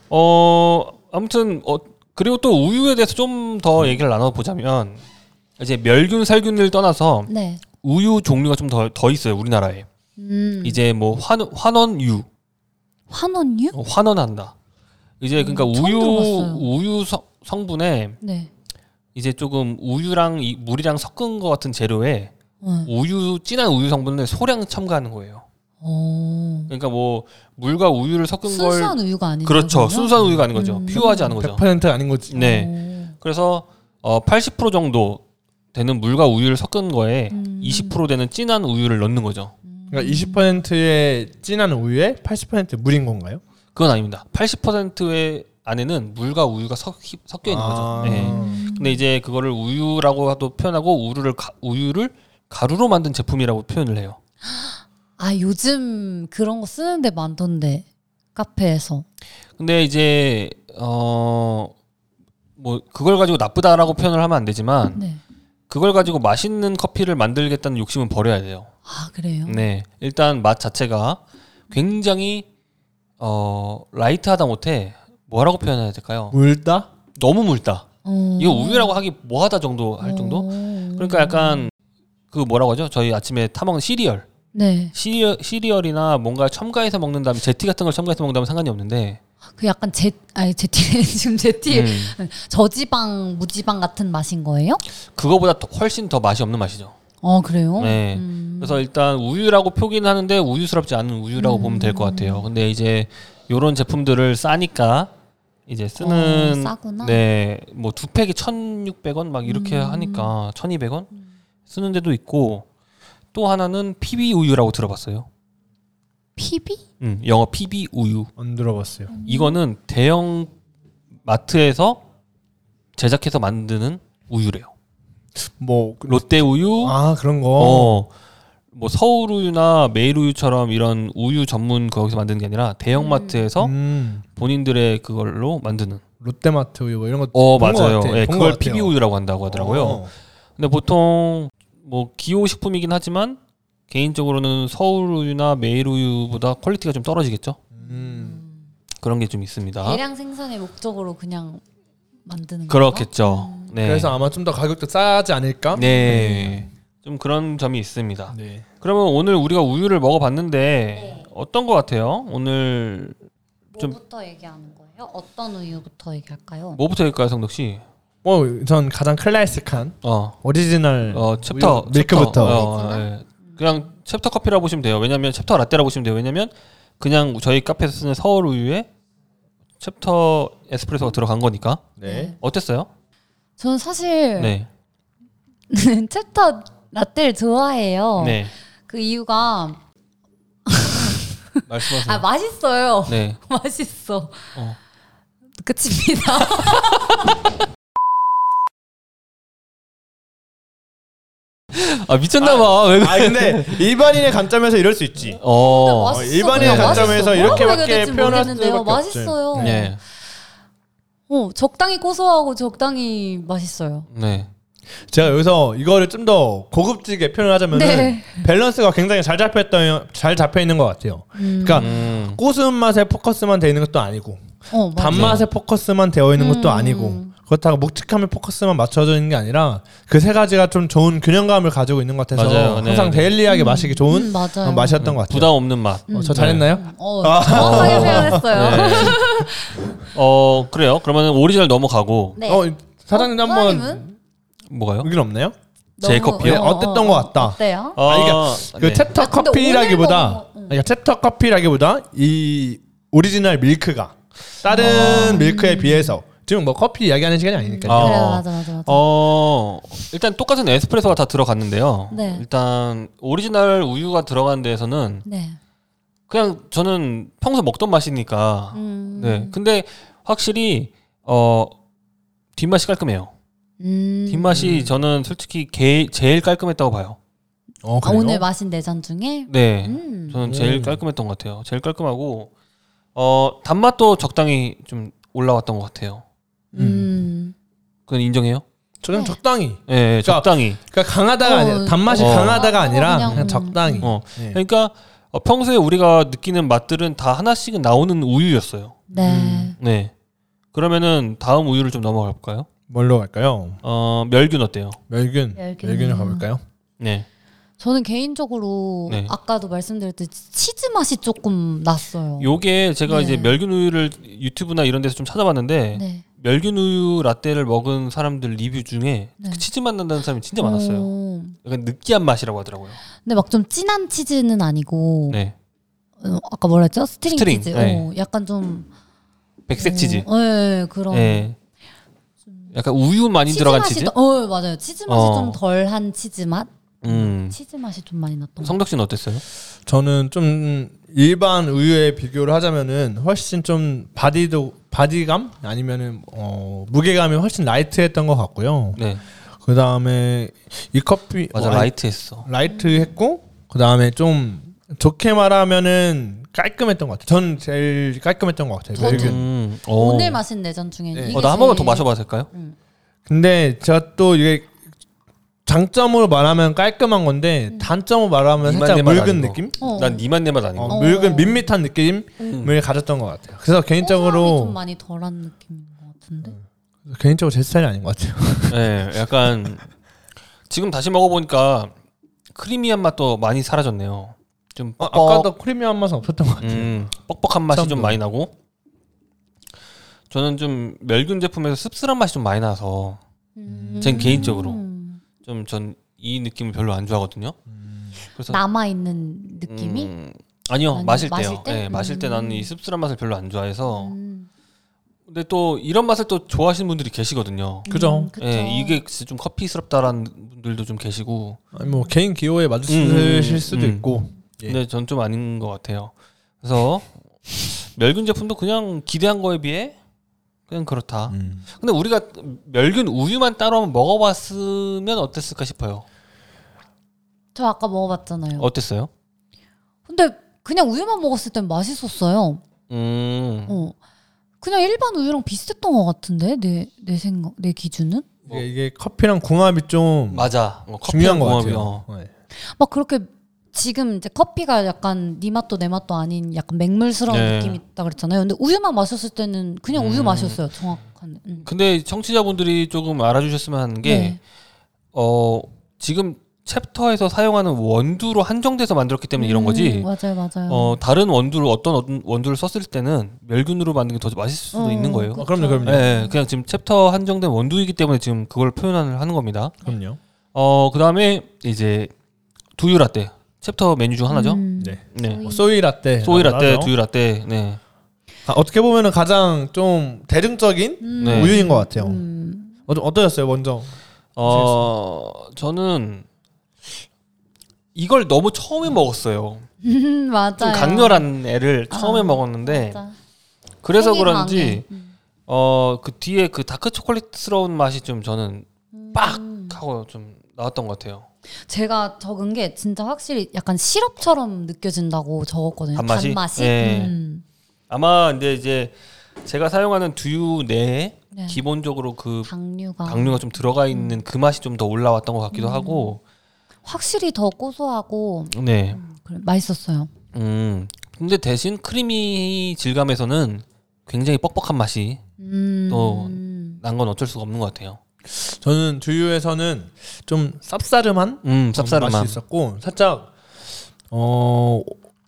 Speaker 1: 어 아무튼 어 그리고 또 우유에 대해서 좀 더 얘기를 나눠보자면 이제 멸균 살균을 떠나서
Speaker 4: 네.
Speaker 1: 우유 종류가 좀 더 더 있어요 우리나라에
Speaker 4: 음.
Speaker 1: 이제 뭐 환, 환원유
Speaker 4: 환원유?
Speaker 1: 어, 환원한다 이제 그러니까
Speaker 4: 음, 처음
Speaker 1: 우유
Speaker 4: 들어봤어요.
Speaker 1: 우유 성, 성분에
Speaker 4: 네.
Speaker 1: 이제 조금 우유랑 이, 물이랑 섞은 것 같은 재료에
Speaker 4: 어.
Speaker 1: 우유 진한 우유 성분을 소량 첨가하는 거예요
Speaker 4: 어.
Speaker 1: 그러니까 뭐 물과 우유를 섞은
Speaker 4: 순수한
Speaker 1: 걸
Speaker 4: 우유가 아니죠.
Speaker 1: 그렇죠
Speaker 4: 그러면?
Speaker 1: 순수한 우유가 아닌 거죠
Speaker 4: 음.
Speaker 1: 퓨어하지 않은 거죠
Speaker 3: 100% 아닌 거지.
Speaker 1: 네
Speaker 4: 오.
Speaker 1: 그래서 어, 80% 정도 되는 물과 우유를 섞은 거에
Speaker 4: 음.
Speaker 1: 20% 되는 진한 우유를 넣는 거죠
Speaker 3: 그러니까 20%의 진한 우유에 80% 물인 건가요?
Speaker 1: 그건 아닙니다. 80%의 안에는 물과 우유가 섞, 여 있는
Speaker 3: 아.
Speaker 1: 거죠. 예. 근데 이제 그거를 우유라고도 표현하고 우유를 가, 우유를 가루로 만든 제품이라고 표현을 해요.
Speaker 4: 아 요즘 그런 거 쓰는데 많던데 카페에서.
Speaker 1: 근데 이제 어 뭐 그걸 가지고 나쁘다라고 표현을 하면 안 되지만
Speaker 4: 네.
Speaker 1: 그걸 가지고 맛있는 커피를 만들겠다는 욕심은 버려야 돼요.
Speaker 4: 아 그래요?
Speaker 1: 네, 일단 맛 자체가 굉장히 어 라이트하다 못해 뭐라고 표현해야 될까요?
Speaker 3: 물다?
Speaker 1: 너무 묽다.
Speaker 4: 어.
Speaker 1: 이거 우유라고 하기 뭐하다 정도 할 정도.
Speaker 4: 어.
Speaker 1: 그러니까 약간 그 뭐라고 하죠? 저희 아침에 타 먹는 시리얼,
Speaker 4: 네.
Speaker 1: 시리얼 시리얼이나 뭔가 첨가해서 먹는다면 제티 같은 걸 첨가해서 먹는다면 상관이 없는데.
Speaker 4: 그 약간 제 아니 제티 지금 제티
Speaker 1: 음.
Speaker 4: 저지방 무지방 같은 맛인 거예요?
Speaker 1: 그거보다 더- 훨씬 더 맛이 없는 맛이죠.
Speaker 4: 어 그래요?
Speaker 1: 네.
Speaker 4: 음.
Speaker 1: 그래서 일단 우유라고 표기는 하는데 우유스럽지 않은 우유라고 보면 될 것 같아요. 근데 이제 요런 제품들을 싸니까 이제 쓰는
Speaker 4: 어, 싸구나.
Speaker 1: 네, 뭐 두 팩이 1,600원 막 이렇게
Speaker 4: 음.
Speaker 1: 하니까 1,200원 쓰는 데도 있고 또 하나는 PB 우유라고 들어봤어요.
Speaker 4: 피비?
Speaker 1: 음, 영어 PB 우유.
Speaker 3: 안 들어봤어요.
Speaker 4: 음.
Speaker 1: 이거는 대형 마트에서 제작해서 만드는 우유래요.
Speaker 3: 뭐
Speaker 1: 롯데 우유,
Speaker 3: 아 그런 거.
Speaker 1: 어. 뭐 서울 우유나 매일 우유처럼 이런 우유 전문 거기서 만드는 게 아니라 대형 마트에서
Speaker 3: 음,
Speaker 1: 본인들의 그걸로 만드는.
Speaker 3: 롯데마트 우유 뭐 이런 거.
Speaker 1: 어
Speaker 3: 본것
Speaker 1: 맞아요.
Speaker 3: 같아.
Speaker 1: 예,
Speaker 3: 본것
Speaker 1: 그걸
Speaker 3: 같아요.
Speaker 1: PB 우유라고 한다고 하더라고요.
Speaker 3: 어.
Speaker 1: 근데 보통 뭐 기호 식품이긴 하지만 개인적으로는 서울 우유나 매일 우유보다 퀄리티가 좀 떨어지겠죠.
Speaker 3: 음.
Speaker 1: 그런 게 좀 있습니다.
Speaker 4: 대량 생산의 목적으로 그냥 만드는 건가?
Speaker 1: 아. 그렇겠죠. 네.
Speaker 3: 그래서 아마 좀 더 가격도 싸지 않을까?
Speaker 1: 어? 네. 좀 그런 점이 있습니다.
Speaker 3: 네.
Speaker 1: 그러면 오늘 우리가 우유를 먹어봤는데 어떤 것 같아요? 오늘 좀-
Speaker 4: 뭐부터 얘기하는 거예요? 어떤 우유부터 얘기할까요?
Speaker 1: 뭐부터 할까요, 성덕 씨?
Speaker 3: 어, 뭐전 가장 클래식한
Speaker 1: 어,
Speaker 3: 오리지널
Speaker 1: 어 챕터
Speaker 3: 네. 우유, 밀크부터.
Speaker 1: 챕터, 어, 예. 그냥 챕터 커피라고 보시면 돼요. 왜냐면 챕터 라떼라고 보시면 돼요. 왜냐면 그냥 저희 카페에서 쓰는 서울 우유에 챕터
Speaker 3: 음.
Speaker 1: 에스프레소가 들어간 거니까
Speaker 3: 네.
Speaker 1: 어땠어요?
Speaker 4: 저는 사실
Speaker 1: 네,
Speaker 4: 챕터 라떼를 좋아해요.
Speaker 1: 네,
Speaker 4: 그 이유가
Speaker 1: 말씀하세요.
Speaker 4: 아 맛있어요.
Speaker 1: 네,
Speaker 4: 맛있어.
Speaker 1: 어.
Speaker 4: 끝입니다.
Speaker 1: 아 미쳤나봐. 왜 그래?
Speaker 3: 아 근데 일반인의 관점에서 이럴 수 있지.
Speaker 1: 어,
Speaker 4: 맛있어.
Speaker 3: 일반인의
Speaker 4: 그냥
Speaker 3: 관점에서
Speaker 4: 맛있어.
Speaker 3: 이렇게밖에
Speaker 4: 뭐라고 해야 될지
Speaker 3: 표현할
Speaker 4: 모르겠는데요.
Speaker 3: 수밖에 없지.
Speaker 4: 맛있어요.
Speaker 1: 네,
Speaker 4: 어, 적당히 고소하고 적당히 맛있어요.
Speaker 1: 네,
Speaker 3: 제가 여기서 이거를 좀 더 고급지게 표현하자면 은
Speaker 4: 네.
Speaker 3: 밸런스가 굉장히 잘 잡혔던 잘 잡혀 있는 것 같아요.
Speaker 4: 음.
Speaker 3: 그러니까
Speaker 1: 음,
Speaker 3: 고소한 맛에 포커스만 되어 있는 것도 아니고
Speaker 4: 어, 맞아.
Speaker 3: 단맛에 포커스만 되어 있는
Speaker 4: 음.
Speaker 3: 것도 아니고 그렇다고 묵직함에 포커스만 맞춰져 있는 게 아니라 그 세 가지가 좀 좋은 균형감을 가지고 있는 것 같아서
Speaker 1: 맞아요. 네,
Speaker 3: 항상
Speaker 1: 네.
Speaker 3: 데일리하게 마시기 좋은
Speaker 4: 음, 맞아요.
Speaker 3: 어, 아. 맛이었던 것 같아요.
Speaker 1: 부담 네. 없는 맛.
Speaker 3: 어, 저 잘했나요?
Speaker 4: 어, 정확하게 표현했어요.
Speaker 1: 네. 어 그래요. 그러면 오리지널 넘어가고
Speaker 4: 네.
Speaker 3: 어, 사장님
Speaker 4: 어,
Speaker 3: 한번
Speaker 4: 사장님은? 네,
Speaker 1: 뭐가요?
Speaker 3: 의견 없나요?
Speaker 1: 제 커피요?
Speaker 3: 어, 어땠던 것 같다.
Speaker 4: 어때요?
Speaker 1: 아,
Speaker 3: 아니, 그러니까 그
Speaker 1: 네.
Speaker 3: 챕터
Speaker 4: 아, 근데
Speaker 3: 커피라기보다
Speaker 4: 오늘 먹은 어. 거, 응.
Speaker 3: 그러니까 챕터 커피라기보다 이 오리지널 밀크가 다른
Speaker 4: 아.
Speaker 3: 밀크에 비해서 지금 뭐 커피 이야기하는 시간이 아니니까요.
Speaker 1: 아.
Speaker 4: 그래 맞아 맞아 맞아.
Speaker 1: 어 일단 똑같은 에스프레소가 다 들어갔는데요.
Speaker 4: 네.
Speaker 1: 일단 오리지널 우유가 들어간 데에서는
Speaker 4: 네.
Speaker 1: 그냥 저는 평소 먹던 맛이니까.
Speaker 4: 음.
Speaker 1: 네. 근데 확실히 어 뒷맛이 깔끔해요.
Speaker 4: 음.
Speaker 1: 뒷맛이 저는 솔직히 게, 제일 깔끔했다고 봐요.
Speaker 3: 어,
Speaker 4: 아,
Speaker 3: 그래요?
Speaker 4: 오늘 마신 내잔 중에
Speaker 1: 네.
Speaker 4: 음.
Speaker 1: 저는 제일
Speaker 3: 음.
Speaker 1: 깔끔했던 것 같아요. 제일 깔끔하고 어 단맛도 적당히 좀 올라왔던 것 같아요.
Speaker 4: 음.
Speaker 1: 그건 인정해요?
Speaker 3: 저는
Speaker 4: 네.
Speaker 3: 적당히.
Speaker 1: 예, 네,
Speaker 3: 그러니까
Speaker 1: 적당히.
Speaker 3: 그러니까 강하다가
Speaker 4: 어,
Speaker 3: 아니라 단맛이
Speaker 1: 어.
Speaker 3: 강하다가 아니라
Speaker 4: 그냥,
Speaker 3: 그냥,
Speaker 4: 음.
Speaker 3: 적당히.
Speaker 1: 어.
Speaker 3: 네.
Speaker 1: 그러니까 어, 평소에 우리가 느끼는 맛들은 다 하나씩은 나오는 우유였어요.
Speaker 4: 네.
Speaker 1: 네. 그러면은 다음 우유를 좀 넘어가 볼까요?
Speaker 3: 뭘로 갈까요?
Speaker 1: 어, 멸균 어때요?
Speaker 3: 멸균.
Speaker 4: 멸균.
Speaker 3: 멸균을 가볼까요?
Speaker 1: 네.
Speaker 4: 저는 개인적으로
Speaker 1: 네.
Speaker 4: 아까도 말씀드렸듯이 치즈 맛이 조금 났어요.
Speaker 1: 요게 제가
Speaker 4: 네.
Speaker 1: 이제 멸균 우유를 유튜브나 이런 데서 좀 찾아봤는데
Speaker 4: 네.
Speaker 1: 멸균 우유 라떼를 먹은 사람들 리뷰 중에
Speaker 4: 네.
Speaker 1: 그 치즈 맛 난다는 사람이 진짜 많았어요.
Speaker 4: 어,
Speaker 1: 약간 느끼한 맛이라고 하더라고요.
Speaker 4: 근데 막 좀 진한 치즈는 아니고
Speaker 1: 네.
Speaker 4: 어, 아까 뭐라 했죠? 스트링,
Speaker 1: 스트링,
Speaker 4: 치즈.
Speaker 1: 네.
Speaker 4: 어, 약간 좀
Speaker 1: 백색 치즈.
Speaker 4: 어, 네, 그런
Speaker 1: 네. 약간 우유 많이 들어간
Speaker 4: 맛이
Speaker 1: 치즈?
Speaker 4: 더- 어, 맞아요. 치즈 맛이
Speaker 1: 어.
Speaker 4: 좀 덜한 치즈 맛.
Speaker 1: 음.
Speaker 4: 치즈 맛이 좀 많이 났던 것
Speaker 1: 성덕 씨는 어땠어요?
Speaker 3: 저는 좀 일반 우유에 비교를 하자면은 훨씬 좀 바디도 바디감 아니면은 어 무게감이 훨씬 라이트했던 것 같고요.
Speaker 1: 네.
Speaker 3: 그 다음에 이 커피
Speaker 1: 맞아.
Speaker 3: 어, 아니,
Speaker 1: 라이트했어.
Speaker 3: 라이트했고 그 다음에 좀 좋게 말하면은 깔끔했던 것 같아요. 저는 제일 깔끔했던 것 같아요.
Speaker 4: 저도.
Speaker 3: 멜균.
Speaker 1: 음, 어.
Speaker 4: 오늘 마신 내전 중에
Speaker 3: 네.
Speaker 4: 이게
Speaker 1: 어, 나 한 번만 더
Speaker 4: 제일-
Speaker 1: 마셔봐도 될까요?
Speaker 3: 근데 제가 또 이게 장점으로 말하면 깔끔한 건데
Speaker 4: 음.
Speaker 3: 단점으로 말하면
Speaker 1: 이만
Speaker 3: 살짝
Speaker 1: 내만
Speaker 3: 묽은
Speaker 1: 아닌 거.
Speaker 3: 느낌?
Speaker 4: 어.
Speaker 1: 난 니만 내맛 아닌 거.
Speaker 3: 어,
Speaker 4: 어.
Speaker 3: 묽은 밋밋한 느낌을
Speaker 1: 음.
Speaker 3: 가졌던 것 같아요. 그래서
Speaker 4: 호소함이 좀
Speaker 3: 개인적으로
Speaker 4: 많이 덜한 느낌인 것 같은데.
Speaker 3: 개인적으로 제 스타일이 아닌 것 같아요.
Speaker 1: 예, 약간 지금 다시 먹어보니까 크리미한 맛도 많이 사라졌네요. 좀
Speaker 3: 아,
Speaker 1: 뻑뻑,
Speaker 3: 아까도 크리미한 맛은 없었던 것 같아요.
Speaker 1: 음, 뻑뻑한 맛이 좀
Speaker 3: 참도.
Speaker 1: 많이 나고 저는 좀 멸균 제품에서 씁쓸한 맛이 좀 많이 나서
Speaker 4: 음.
Speaker 1: 전 개인적으로. 좀 전 이 느낌을 별로 안 좋아하거든요. 그래서
Speaker 2: 남아 있는 느낌이
Speaker 1: 음, 아니요
Speaker 4: 아니요,
Speaker 1: 마실 때요.
Speaker 4: 마실 때?
Speaker 1: 예, 마실 때
Speaker 4: 음.
Speaker 1: 나는 이 씁쓸한 맛을 별로 안 좋아해서
Speaker 4: 음.
Speaker 1: 근데 또 이런 맛을 또 좋아하시는 분들이 계시거든요.
Speaker 3: 그죠?
Speaker 4: 음, 그쵸.
Speaker 1: 예, 이게 진짜 좀 커피스럽다라는 분들도 좀 계시고
Speaker 3: 아니, 뭐 개인 기호에 맞으실
Speaker 1: 음,
Speaker 3: 수도
Speaker 1: 음.
Speaker 3: 있고. 예.
Speaker 1: 근데 전 좀 아닌 것 같아요. 그래서 멸균 제품도 그냥 기대한 거에 비해 그냥 그렇다.
Speaker 3: 음.
Speaker 1: 근데 우리가 멸균 우유만 따로 한번 먹어봤으면 어땠을까 싶어요.
Speaker 4: 저 아까 먹어봤잖아요.
Speaker 1: 어땠어요?
Speaker 4: 근데 그냥 우유만 먹었을 땐 맛있었어요.
Speaker 1: 음,
Speaker 4: 어. 그냥 일반 우유랑 비슷했던 것 같은데 내 내 생각 내 기준은
Speaker 1: 뭐.
Speaker 3: 이게, 이게 커피랑 궁합이 좀
Speaker 1: 맞아. 어, 커피랑
Speaker 3: 중요한 것
Speaker 1: 궁합이,
Speaker 3: 같아요.
Speaker 1: 어.
Speaker 3: 네.
Speaker 4: 막 그렇게 지금 이제 커피가 약간 네 맛도 내 맛도 아닌 약간 맹물스러운
Speaker 1: 네.
Speaker 4: 느낌이 있다 그랬잖아요. 근데 우유만 마셨을 때는 그냥 우유
Speaker 1: 음.
Speaker 4: 마셨어요. 정확한. 음.
Speaker 1: 근데 청취자분들이 조금 알아주셨으면 하는 게
Speaker 4: 네.
Speaker 1: 어, 지금 챕터에서 사용하는 원두로 한정돼서 만들었기 때문에 이런 거지.
Speaker 4: 음, 맞아요, 맞아요.
Speaker 1: 어, 다른 원두를 어떤 어떤 원두를 썼을 때는 멸균으로 만든 게 더 맛있을 수도
Speaker 4: 어,
Speaker 1: 있는 거예요.
Speaker 3: 아, 그럼요, 그럼요.
Speaker 1: 예, 예, 그냥 지금 챕터 한정된 원두이기 때문에 지금 그걸 표현을 하는 겁니다.
Speaker 3: 그럼요.
Speaker 1: 어, 그다음에 이제 두유 라떼. 챕터 메뉴 중 하나죠.
Speaker 4: 음.
Speaker 3: 네.
Speaker 1: 네.
Speaker 3: 뭐 소이 라떼.
Speaker 1: 소이 라떼,
Speaker 3: 하죠.
Speaker 1: 두유 라떼. 네.
Speaker 3: 아, 어떻게 보면은 가장 좀 대중적인
Speaker 4: 음.
Speaker 1: 네.
Speaker 3: 우유인 것 같아요.
Speaker 4: 음.
Speaker 3: 어, 어떠셨어요, 먼저?
Speaker 1: 어, 저는 이걸 너무 처음에 먹었어요.
Speaker 4: 음, 맞아요.
Speaker 1: 네. 좀 강렬한 애를 처음에
Speaker 4: 아,
Speaker 1: 먹었는데
Speaker 4: 맞아.
Speaker 1: 그래서
Speaker 4: 향이
Speaker 1: 그런지
Speaker 4: 강해. 음.
Speaker 1: 어 그 뒤에 그 다크 초콜릿스러운 맛이 좀 저는 빡
Speaker 4: 음.
Speaker 1: 하고 좀 나왔던 것 같아요.
Speaker 4: 제가 적은 게 진짜 확실히 약간 시럽처럼 느껴진다고 적었거든요.
Speaker 1: 단맛이?
Speaker 4: 단맛이?
Speaker 1: 예.
Speaker 4: 음.
Speaker 1: 아마 근데 이제 제가 사용하는 두유 내에
Speaker 4: 네. 아. 음.
Speaker 1: 기본적으로 그
Speaker 4: 당류가
Speaker 1: 당류가 좀 들어가 있는 그 맛이 좀 더 올라왔던 것
Speaker 4: 음.
Speaker 1: 같기도 하고
Speaker 4: 확실히 더 고소하고
Speaker 1: 네.
Speaker 4: 그래, 맛있었어요.
Speaker 1: 음. 근데 대신 크리미 질감에서는 굉장히 뻑뻑한 맛이
Speaker 4: 음.
Speaker 1: 또- 난 건 어쩔 수가 없는 것 같아요.
Speaker 3: 저는 두유에서는 좀 쌉싸름한
Speaker 1: 음,
Speaker 3: 맛이
Speaker 1: 쌉싸름한
Speaker 3: 있었고 살짝 어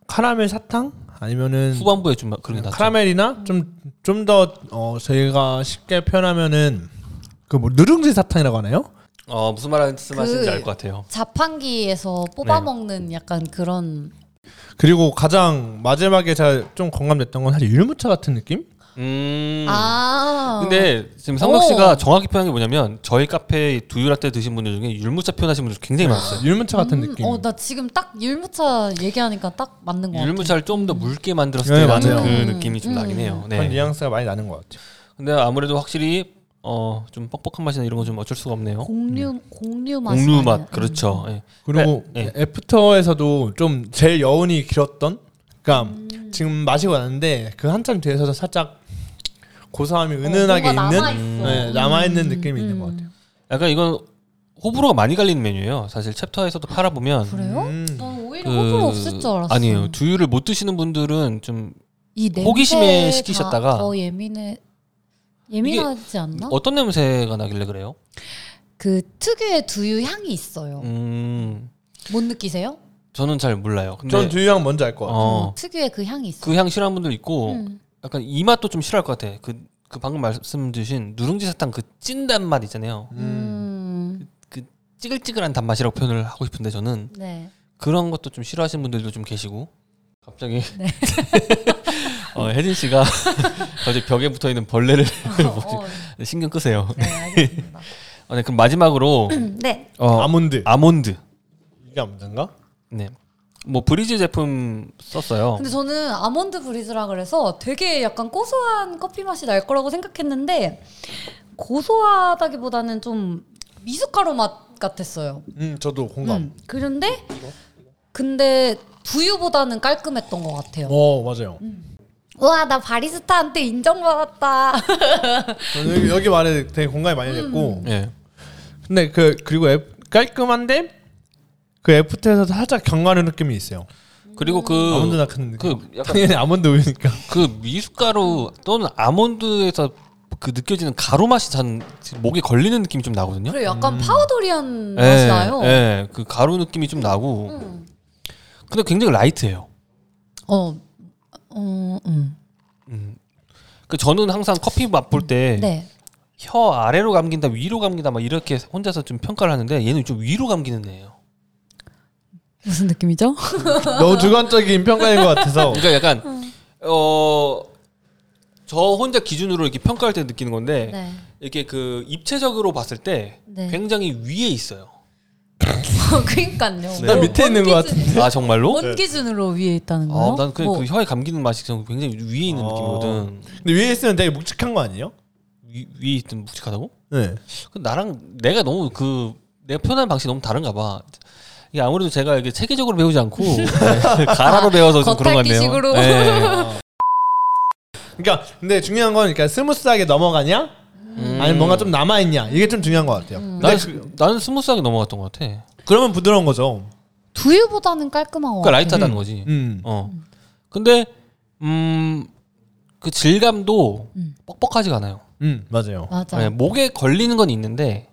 Speaker 3: 카라멜 사탕 아니면은
Speaker 1: 후반부에 좀 그런 게 났죠.
Speaker 3: 음, 카라멜이나 좀 좀 더 어, 저희가 쉽게 표현하면은 그 뭐 누룽지 사탕이라고 하나요?
Speaker 1: 어 무슨 말 말씀하시는지
Speaker 4: 그-
Speaker 1: 알 것 같아요.
Speaker 4: 자판기에서
Speaker 1: 네.
Speaker 4: 뽑아 먹는 약간 그런
Speaker 3: 그리고 가장 마지막에 제가 좀 공감됐던 건 사실 율무차 같은 느낌?
Speaker 1: 음.
Speaker 4: 아
Speaker 1: 근데 지금 성덕 씨가
Speaker 4: 오.
Speaker 1: 정확히 표현한 게 뭐냐면 저희 카페 두유라떼 드신 분들 중에 율무차 표현하신 분들
Speaker 4: 아,
Speaker 1: 굉장히 많았어요.
Speaker 3: 율무차 같은
Speaker 4: 음,
Speaker 3: 느낌.
Speaker 4: 어, 나 지금 딱 율무차 얘기하니까 딱 맞는 것 같아.
Speaker 1: 율무차를 좀 더 묽게 만들었을
Speaker 3: 네,
Speaker 1: 때 나는
Speaker 3: 맞아요.
Speaker 1: 그
Speaker 4: 네. 음,
Speaker 1: 느낌이 좀
Speaker 4: 음.
Speaker 1: 나긴 해요.
Speaker 3: 그런
Speaker 1: 네.
Speaker 3: 뉘앙스가 많이 나는 것 같아요.
Speaker 1: 근데 아무래도 확실히 어, 좀 뻑뻑한 맛이나 이런 건 좀 어쩔 수가 없네요.
Speaker 4: 공류 공류 맛.
Speaker 1: 음. 공류 맛 그렇죠. 예.
Speaker 3: 그리고
Speaker 1: 네,
Speaker 3: 애프터에서도 좀 제일 여운이 길었던 그러니까
Speaker 4: 음.
Speaker 3: 지금 마시고 났는데 그 한참 뒤에서 살짝 고소함이
Speaker 4: 어,
Speaker 3: 은은하게 있는
Speaker 1: 음.
Speaker 4: 음.
Speaker 3: 네, 남아있는 느낌이 있는 것 같아요.
Speaker 1: 약간 이건 호불호가 많이 갈리는 메뉴예요. 사실 챕터에서도 팔아 보면
Speaker 4: 그래요?
Speaker 3: 음.
Speaker 4: 난 오히려 호불호 없을 줄 알았어.
Speaker 1: 그 아니에요. 두유를 못 드시는 분들은 좀
Speaker 4: 이 냄새에
Speaker 1: 호기심에
Speaker 4: 다
Speaker 1: 시키셨다가
Speaker 4: 더 예민해 예민하지 않나?
Speaker 1: 어떤 냄새가 나길래 그래요?
Speaker 4: 그 특유의 두유 향이 있어요.
Speaker 1: 음.
Speaker 4: 못 느끼세요?
Speaker 1: 저는 잘 몰라요. 근데
Speaker 3: 전 두유향 뭔지 알 것 같아요.
Speaker 1: 음. 네. 어.
Speaker 4: 특유의 그 향이 있어. 요
Speaker 1: 그 향 싫어하는 분들 있고
Speaker 4: 음.
Speaker 1: 약간 이 맛도 좀 싫어할 것 같아. 그, 그 방금 말씀 주신 누룽지 사탕 그 찐단 맛 있잖아요.
Speaker 4: 음.
Speaker 1: 찌글찌글한 단맛이라고 표현을 하고 싶은데 저는
Speaker 4: 네.
Speaker 1: 그런 것도 좀 싫어하시는 분들도 좀 계시고 갑자기
Speaker 4: 네.
Speaker 1: 어, 혜진 씨가 갑자기 벽에 붙어 뭐. 있는 벌레를
Speaker 4: 어,
Speaker 1: 신경 끄세요.
Speaker 4: 네, 알겠습니다.
Speaker 1: 어, 네, 그럼 마지막으로
Speaker 4: 네.
Speaker 1: 어,
Speaker 3: 아몬드.
Speaker 1: 아몬드.
Speaker 3: 이게 아몬드인가?
Speaker 1: 네. 뭐 브리즈 제품 썼어요.
Speaker 4: 근데 저는 아몬드 브리즈라 그래서 되게 약간 고소한 커피 맛이 날 거라고 생각했는데 고소하다기보다는 좀 미숫가루 맛 같았어요.
Speaker 3: 음, 저도 공감.
Speaker 4: 음, 그런데 근데 두유보다는 깔끔했던 것 같아요.
Speaker 3: 어 맞아요.
Speaker 4: 우와 나 바리스타한테 인정받았다.
Speaker 1: 네?
Speaker 3: 저는 여기, 여기 말에 되게 공감이 많이 됐고
Speaker 1: 예.
Speaker 3: 근데 그 그리고 애, 깔끔한데 그 애프터에서 살짝 경과하는 느낌이 있어요.
Speaker 1: 그리고 그
Speaker 4: 음.
Speaker 3: 아몬드 낙하는
Speaker 1: 그
Speaker 3: 느낌.
Speaker 1: 약간-
Speaker 3: 당연히 아몬드 우유니까.
Speaker 1: 그 미숫가루 또는 아몬드에서 그 느껴지는 가루 맛이 잔 목에 걸리는 느낌이 좀 나거든요.
Speaker 4: 그래 약간 파우더리한
Speaker 1: 예,
Speaker 4: 맛이 나요. 음.
Speaker 1: 예, 그 가루 느낌이 좀 나고. 근데 굉장히 라이트해요.
Speaker 4: 어, 어, 음.
Speaker 1: 그 저는 항상 커피 맛볼 때 혀
Speaker 4: 네.
Speaker 1: 아래로 감긴다, 위로 감긴다 막 이렇게 혼자서 좀 평가를 하는데 얘는 좀 위로 감기는 애예요.
Speaker 4: 무슨 느낌이죠?
Speaker 3: 너무 주관적인 평가인 것 같아서.
Speaker 1: 그러니까
Speaker 4: 음.
Speaker 1: 약간 어. 저 혼자 기준으로 이렇게 평가할 때 느끼는 건데
Speaker 4: 네.
Speaker 1: 이렇게 그 입체적으로 봤을 때
Speaker 4: 네.
Speaker 1: 굉장히 위에 있어요.
Speaker 4: 그러니까요.
Speaker 1: 네.
Speaker 3: 나 밑에 있는 것 같은데.
Speaker 1: 아 정말로?
Speaker 4: 원 기준으로 위에 있다는 거요?
Speaker 1: 아, 난
Speaker 4: 뭐?
Speaker 1: 그냥 그 혀에 감기는 맛이 그냥 굉장히 위에 있는
Speaker 3: 아.
Speaker 1: 느낌이거든.
Speaker 3: 근데 위에 있으면 되게 묵직한 거 아니에요?
Speaker 1: 위, 위에 있든 묵직하다고?
Speaker 3: 네.
Speaker 1: 그 나랑 내가 너무 그 내 표현 방식이 너무 다른가 봐. 이게 아무래도 제가 이게 체계적으로 배우지 않고 네, 가라로 배워서 좀 그런 것 같네요.
Speaker 4: 겉핥기식으로.
Speaker 1: 네.
Speaker 3: 그러니까 근데 중요한 건 그러니까 스무스하게 넘어가냐? 아니면 뭐, 뭔가 좀 남아 있냐? 이게 좀 중요한 것 같아요.
Speaker 1: 음. 나는,
Speaker 3: 근데
Speaker 1: 스- 나는 스무스하게 넘어갔던 것 같아.
Speaker 3: 그러면 부드러운 거죠.
Speaker 4: 두유보다는 깔끔한 것
Speaker 1: 그러니까
Speaker 4: 같아요.
Speaker 1: 라이트하다는 거지.
Speaker 3: 음.
Speaker 1: 어. 근데 음. 그 질감도
Speaker 4: 음.
Speaker 1: 뻑뻑하지가 않아요.
Speaker 3: 음 맞아요.
Speaker 4: 맞아.
Speaker 1: 네, 목에 걸리는 건 있는데,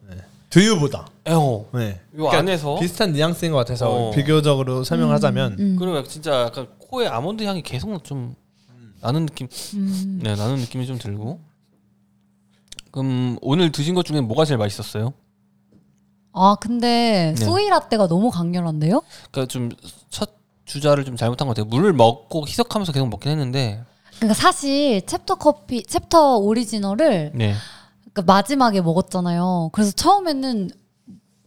Speaker 3: 두유보다.
Speaker 1: 에어.
Speaker 3: 네.
Speaker 1: 요 안에서
Speaker 3: 비슷한 뉘앙스인 것 같아서
Speaker 1: 어.
Speaker 3: 비교적으로 설명하자면
Speaker 4: 음,
Speaker 1: 그리고 약- 진짜 약간 코에 아몬드 향이 계속 좀 나는 느낌
Speaker 4: 음.
Speaker 1: 네 나는 느낌이 좀 들고 그럼 오늘 드신 것 중에 뭐가 제일 맛있었어요?
Speaker 4: 아 근데
Speaker 1: 네.
Speaker 4: 소이 라떼가 너무 강렬한데요?
Speaker 1: 그러니까 좀 첫 주자를 좀 잘못한 것 같아요 물을 먹고 희석하면서 계속 먹긴 했는데
Speaker 4: 그러니까 사실 챕터 커피 챕터 오리지널을
Speaker 1: 네
Speaker 4: 그러니까 마지막에 먹었잖아요. 그래서 처음에는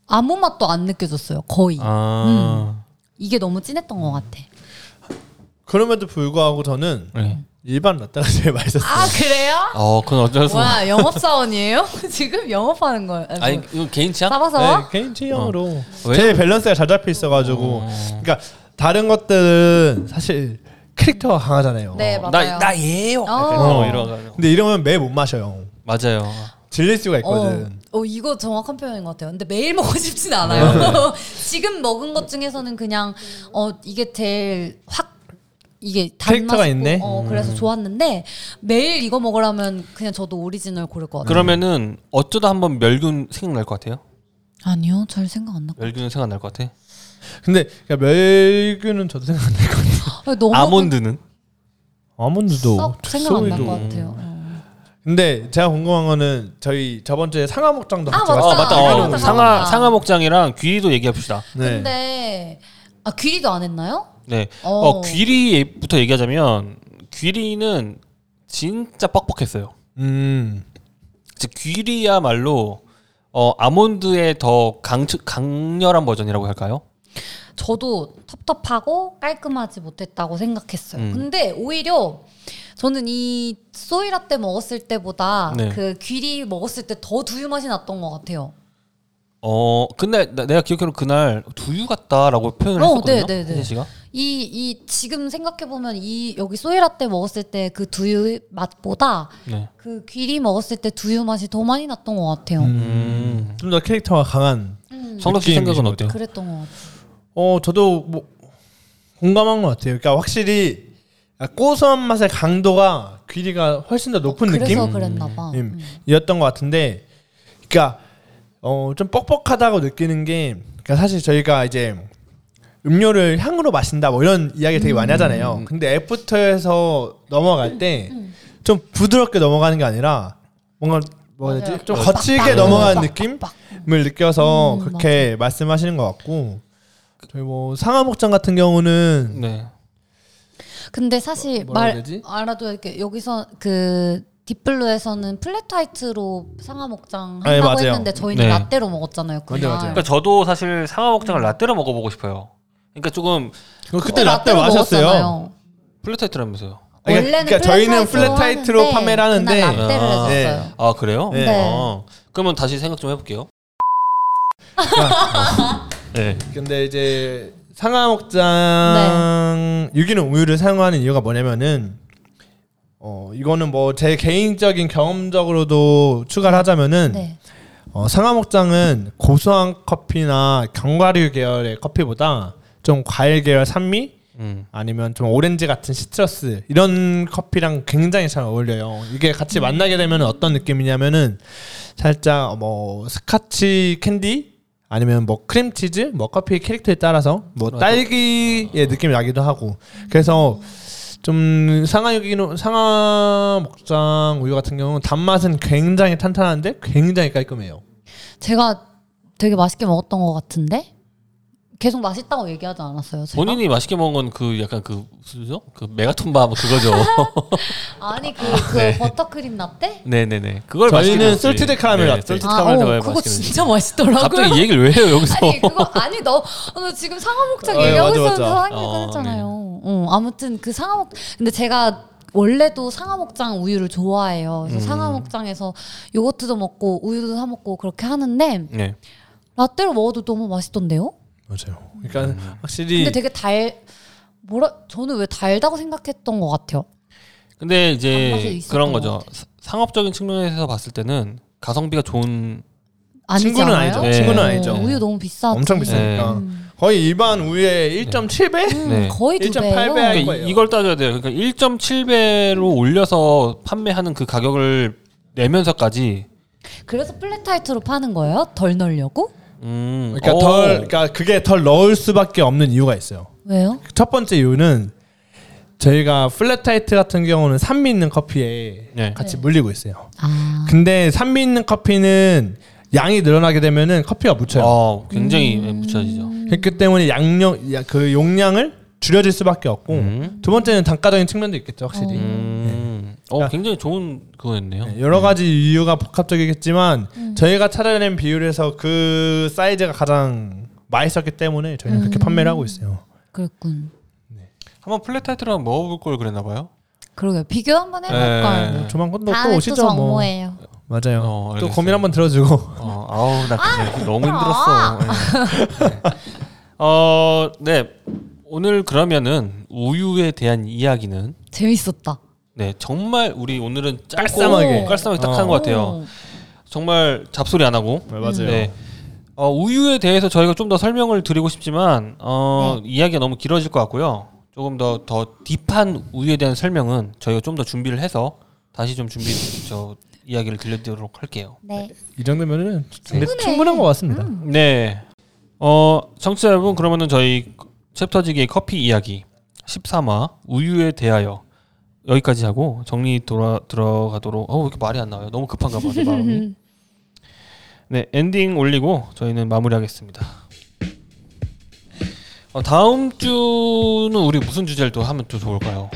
Speaker 4: 아무 맛도 안 느껴졌어요. 거의 음.
Speaker 1: 아,
Speaker 4: 이게 너무 진했던 것 같아.
Speaker 3: 그럼에도 불구하고 저는
Speaker 1: 네.
Speaker 3: 일반 라떼가 제일 맛있었어요.
Speaker 4: 아, 그래요?
Speaker 1: 어 그건 어쩔 수 없어
Speaker 4: 뭐야 영업 사원이에요? 지금 영업하는 거예요? 뭐,
Speaker 1: 아니 이거 개인 취향?
Speaker 4: 싸봐서
Speaker 3: 네, 개인 취향으로
Speaker 1: 어. 왜?
Speaker 3: 제일 밸런스가 잘 잡혀 있어가지고 그러니까 다른 것들은 사실 캐릭터가 강하잖아요.
Speaker 4: 네,
Speaker 1: 어,
Speaker 4: 맞아요.
Speaker 1: 나, 나 얘예요
Speaker 4: 어.
Speaker 1: 어, 이러가지고 음.
Speaker 3: 근데 이러면 매 못 마셔요.
Speaker 1: 맞아요
Speaker 3: 질릴 수가
Speaker 4: 어,
Speaker 3: 있거든.
Speaker 4: 어, 이거 정확한 표현인 것 같아요. 근데 매일 먹고 싶진 않아요. 지금 먹은 것 중에서는 그냥 어 이게 제일 확 이게
Speaker 3: 캐릭터가
Speaker 4: 단맛이
Speaker 3: 있네?
Speaker 4: 어, 그래서 좋았는데 매일 이거 먹으라면 그냥 저도 오리지널 고를 것 같아요.
Speaker 1: 그러면은 어쩌다 한번 멸균 생각날 것 같아요?
Speaker 4: 아니요, 잘 생각 안 나고.
Speaker 1: 멸균은 생각날 것 같아?
Speaker 3: 근데 그러니까 멸균은 저도 생각 안 날 것 같아요.
Speaker 4: 아, 너무
Speaker 1: 아몬드는?
Speaker 3: 아몬드도
Speaker 4: 썩 생각 안 날
Speaker 3: 소이도.
Speaker 4: 것 같아요. 어.
Speaker 3: 근데 제가 궁금한 거는 저희 저번 주에 상하 목장도
Speaker 4: 아,
Speaker 3: 같이
Speaker 4: 맞다.
Speaker 1: 어
Speaker 3: 갔어요.
Speaker 1: 맞다.
Speaker 4: 아,
Speaker 1: 어,
Speaker 4: 맞다.
Speaker 1: 상하
Speaker 4: 맞다.
Speaker 1: 상하 목장이랑 귀리도 얘기합시다.
Speaker 3: 네.
Speaker 4: 근데 아 귀리도 안 했나요?
Speaker 1: 네.
Speaker 4: 어.
Speaker 1: 어 귀리부터 얘기하자면 귀리는 진짜 뻑뻑했어요.
Speaker 3: 음.
Speaker 1: 즉 귀리야말로 어 아몬드의 더 강, 강렬한 버전이라고 할까요?
Speaker 4: 저도 텁텁하고 깔끔하지 못했다고 생각했어요.
Speaker 1: 음.
Speaker 4: 근데 오히려 저는 이 소이라떼 먹었을 때보다
Speaker 1: 네.
Speaker 4: 그 귀리 먹었을 때 더 두유 맛이 났던 것 같아요.
Speaker 1: 어 근데 나- 내가 기억해로 그날 두유 같다라고 표현을
Speaker 4: 어,
Speaker 1: 했었거든요.
Speaker 4: 네, 네, 네.
Speaker 1: 혜진 씨가.
Speaker 4: 이, 이 지금 생각해 보면 이 여기 소이라떼 먹었을 때 그 두유 맛보다
Speaker 1: 네.
Speaker 4: 그 귀리 먹었을 때 두유 맛이 더 많이 났던 것 같아요.
Speaker 1: 음.
Speaker 3: 좀 더 캐릭터가 강한.
Speaker 1: 성덕 씨
Speaker 3: 느낌이신
Speaker 1: 생각은
Speaker 3: 것
Speaker 1: 어때요?
Speaker 4: 그랬던 것 같아요.
Speaker 3: 어 저도 뭐 공감한 것 같아요. 그러니까 확실히 아, 고소한 맛의 강도가 귀리가 훨씬 더 높은
Speaker 4: 그래서
Speaker 3: 느낌.
Speaker 4: 그랬나 봐.
Speaker 3: 음, 이었던 것 같은데, 그러니까 어, 좀 뻑뻑하다고 느끼는 게, 그러니까 사실 저희가 이제 음료를 향으로 마신다 뭐 이런 이야기 되게 많이 하잖아요. 근데 애프터에서 넘어갈
Speaker 4: 음,
Speaker 3: 때 좀 부드럽게 넘어가는 게 아니라 뭔가 뭐라 해야 되지? 좀 거칠게 넘어가는 느낌을 느껴서
Speaker 4: 음,
Speaker 3: 그렇게 말씀하시는 것 같고. 저희 뭐 상하목장 같은 경우는
Speaker 1: 네.
Speaker 4: 근데 사실
Speaker 3: 어, 뭐라고 해야
Speaker 4: 말
Speaker 3: 되지?
Speaker 4: 알아도 이렇게 여기서 그 딥블루에서는 플랫 화이트로 상하 목장
Speaker 3: 네,
Speaker 4: 한다고
Speaker 3: 맞아요.
Speaker 4: 했는데 저희는
Speaker 1: 네.
Speaker 4: 라떼로 먹었잖아요. 그날.
Speaker 3: 맞아요, 맞아요.
Speaker 1: 그러니까 저도 사실 상하
Speaker 4: 음.
Speaker 1: 목장을 라떼로 먹어보고 싶어요. 그러니까 조금
Speaker 4: 어,
Speaker 3: 그때 라떼
Speaker 4: 라떼로
Speaker 3: 마셨어요.
Speaker 4: 먹었잖아요.
Speaker 1: 플랫타이트라면서요.
Speaker 3: 아니,
Speaker 4: 원래는
Speaker 3: 그러니까 저희는
Speaker 4: 플랫
Speaker 3: 플랫타이트로
Speaker 4: 하는데
Speaker 3: 판매를 하는데
Speaker 4: 그날 라떼를
Speaker 1: 아,
Speaker 4: 했었어요.
Speaker 3: 네.
Speaker 1: 아 그래요?
Speaker 3: 네.
Speaker 4: 네.
Speaker 1: 어, 그러면
Speaker 3: 아,
Speaker 1: 다시 생각 좀 해볼게요. 네.
Speaker 3: 근데 이제 상하목장 유기농 우유를 사용하는 이유가 뭐냐면은 어 이거는 뭐 제 개인적인 경험적으로도 추가를 하자면은
Speaker 4: 네.
Speaker 3: 어, 상하목장은 고소한 커피나 견과류 계열의 커피보다 좀 과일 계열 산미
Speaker 1: 음.
Speaker 3: 아니면 좀 오렌지 같은 시트러스 이런 커피랑 굉장히 잘 어울려요. 이게 같이 만나게 되면 어떤 느낌이냐면은 살짝 뭐 스카치 캔디 아니면 뭐 크림치즈 뭐 커피의 캐릭터에 따라서 뭐
Speaker 1: 맞아.
Speaker 3: 딸기의 느낌이 나기도 하고 그래서 좀 상하유기농 상하 목장 우유 같은 경우는 단맛은 굉장히 탄탄한데 굉장히 깔끔해요.
Speaker 4: 제가 되게 맛있게 먹었던 것 같은데 계속 맛있다고 얘기하지 않았어요. 제가?
Speaker 1: 본인이 맛있게 먹은 건 그 약간 그 무슨죠? 그 메가톤바 뭐 그거죠.
Speaker 4: 아니 그 그
Speaker 1: 네.
Speaker 4: 버터크림 라떼?
Speaker 1: 네네네. 그걸
Speaker 3: 저희는
Speaker 1: 맛있게
Speaker 3: 솔티드
Speaker 1: 먹었지.
Speaker 3: 카라멜
Speaker 1: 네,
Speaker 3: 라떼.
Speaker 1: 솔티드
Speaker 4: 아,
Speaker 1: 카라멜
Speaker 4: 어,
Speaker 1: 라떼.
Speaker 4: 아, 그거 진짜 맛있더라고요.
Speaker 1: 갑자기 이 얘기를 왜 해요 여기서?
Speaker 4: 아니 그거 아니 너, 너 지금 상하목장
Speaker 3: 뭐. 어, 네.
Speaker 4: 얘기하고
Speaker 3: 맞아, 맞아.
Speaker 4: 있었는데
Speaker 1: 어,
Speaker 4: 상하목장 했잖아요. 응, 아무튼 그 상하목 근데 제가 원래도 상하목장 우유를 좋아해요.
Speaker 3: 음.
Speaker 4: 그래서 상하목장에서 요거트도 먹고 우유도 사 먹고 그렇게 하는데
Speaker 1: 네.
Speaker 4: 라떼로 먹어도 너무 맛있던데요?
Speaker 3: 맞아요. 그러니까 확실히
Speaker 4: 근데 되게 달 뭐라 저는 왜 달다고 생각했던 것 같아요.
Speaker 1: 근데
Speaker 4: 단맛이
Speaker 1: 이제
Speaker 4: 있었던
Speaker 1: 그런
Speaker 4: 것
Speaker 1: 거죠. 사- 상업적인 측면에서 봤을 때는 가성비가 좋은
Speaker 4: 아니지
Speaker 3: 친구는
Speaker 4: 않아요?
Speaker 3: 아니죠.
Speaker 1: 네.
Speaker 3: 친구는
Speaker 4: 어,
Speaker 3: 아니죠.
Speaker 1: 네.
Speaker 4: 우유 너무 비싸.
Speaker 3: 엄청 비싸니까 거의 일반 우유의 1.7배?
Speaker 4: 음.
Speaker 1: 네.
Speaker 4: 거의 두
Speaker 3: 1.8
Speaker 4: 배요.
Speaker 3: 배할
Speaker 1: 그러니까
Speaker 3: 거예요.
Speaker 1: 이- 이걸 따져야 돼요. 그러니까 1.7배로 올려서 판매하는 그 가격을 내면서까지
Speaker 4: 그래서 플랫타이트로 파는 거예요? 덜 넣으려고?
Speaker 1: 음.
Speaker 3: 그러니까
Speaker 1: 오.
Speaker 3: 덜 그러니까 그게 덜 넣을 수밖에 없는 이유가 있어요.
Speaker 4: 왜요?
Speaker 3: 첫 번째 이유는 저희가 플랫 타이트 같은 경우는 산미 있는 커피에
Speaker 1: 네.
Speaker 3: 같이
Speaker 4: 네.
Speaker 3: 물리고 있어요.
Speaker 4: 아
Speaker 3: 근데 산미 있는 커피는 양이 늘어나게 되면은 커피가 묻혀요.
Speaker 1: 어, 굉장히 묻혀지죠.
Speaker 3: 그렇기 때문에 양념 야- 그 용량을 줄여질 수밖에 없고
Speaker 1: 음.
Speaker 3: 두 번째는 단가적인 측면도 있겠죠 확실히.
Speaker 1: 음. 어, 굉장히 좋은 그거였네요.
Speaker 3: 네, 여러 가지 이유가 복합적이겠지만
Speaker 4: 음.
Speaker 3: 저희가 찾아낸 비율에서 그 사이즈가 가장 맛있었기 때문에 저희는
Speaker 4: 음.
Speaker 3: 그렇게 판매를 하고 있어요.
Speaker 4: 그랬군.
Speaker 1: 한번 플랫 타이틀 한번 먹어볼 걸 그랬나 봐요.
Speaker 4: 그러게요. 비교 한번 해볼까요? 뭐
Speaker 1: 네.
Speaker 3: 조만간 또, 또
Speaker 4: 다음에 또
Speaker 3: 오시죠 뭐.
Speaker 4: 정모예요.
Speaker 3: 맞아요.
Speaker 1: 어,
Speaker 3: 또
Speaker 1: 알겠어요.
Speaker 3: 고민 한번 들어주고.
Speaker 1: 어, 아우 나 그냥 너무 힘들었어. 예. 네. 어, 네 오늘 그러면은 우유에 대한 이야기는
Speaker 4: 재밌었다.
Speaker 1: 네 정말 우리 오늘은 짧고
Speaker 3: 깔쌈하게.
Speaker 1: 깔쌈하게 딱
Speaker 3: 어.
Speaker 1: 하는 것 같아요. 정말 잡소리 안 하고.
Speaker 3: 네, 맞아요.
Speaker 1: 네. 어, 우유에 대해서 저희가 좀 더 설명을 드리고 싶지만 어, 이야기가 너무 길어질 것 같고요. 조금 더 더 딥한 우유에 대한 설명은 저희가 좀 더 준비를 해서 다시 좀 준비 저 이야기를 들려드리도록 할게요.
Speaker 4: 네.
Speaker 3: 이 정도면은 근데
Speaker 4: 충분해. 음.
Speaker 3: 충분한 것 같습니다.
Speaker 1: 네. 어, 청취자 여러분 그러면은 저희 챕터지기의 커피 이야기 13화 우유에 대하여 여기까지 하고 정리 돌아 들어가도록 어왜 이렇게 말이 안 나와요? 너무 급한가 봐요, 마음이. 네, 엔딩 올리고 저희는 마무리하겠습니다. 어, 다음 주는 우리 무슨 주제를 또 하면 또 좋을까요?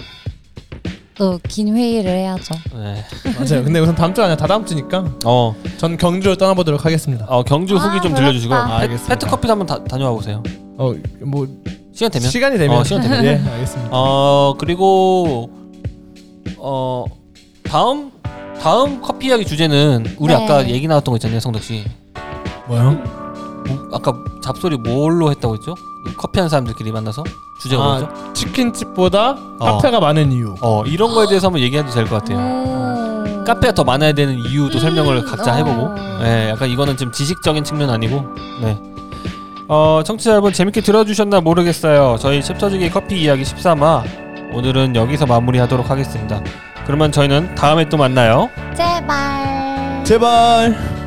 Speaker 4: 또 긴 회의를 해야죠.
Speaker 1: 네.
Speaker 3: 맞아요. 근데 우선 다음 주 아니야 다 다음 주니까
Speaker 1: 어,
Speaker 3: 전 경주로 떠나보도록 하겠습니다.
Speaker 1: 어, 경주 후기
Speaker 4: 아,
Speaker 1: 좀 들려주시고
Speaker 4: 부럽다.
Speaker 1: 페- 페트 커피도 한번 다, 다녀와 보세요.
Speaker 3: 어뭐
Speaker 1: 시간 되면.
Speaker 3: 시간이 되면
Speaker 1: 어, 시간 되면.
Speaker 3: 예 알겠습니다.
Speaker 1: 어 그리고 어 다음 다음 커피 이야기 주제는 우리
Speaker 4: 네.
Speaker 1: 아까 얘기 나왔던 거 있잖아요 성덕 씨 어,
Speaker 3: 뭐요?
Speaker 1: 뭐, 아까 잡소리 뭘로 했다고 했죠 그 커피하는 사람들끼리 만나서 주제가 뭐죠
Speaker 3: 아, 치킨집보다 카페가 많은 이유.
Speaker 1: 어 이런 거에 대해서 한번 얘기해도 될 것 같아요
Speaker 4: 오.
Speaker 1: 카페가 더 많아야 되는 이유도 설명을 각자
Speaker 4: 어.
Speaker 1: 해보고 네, 약간 이거는 좀 지식적인 측면 아니고 네. 어, 청취자 여러분 재밌게 들어주셨나 모르겠어요. 저희 챕터지기 커피 이야기 13화 오늘은 여기서 마무리하도록 하겠습니다. 그러면 저희는 다음에 또 만나요.
Speaker 4: 제발.
Speaker 3: 제발.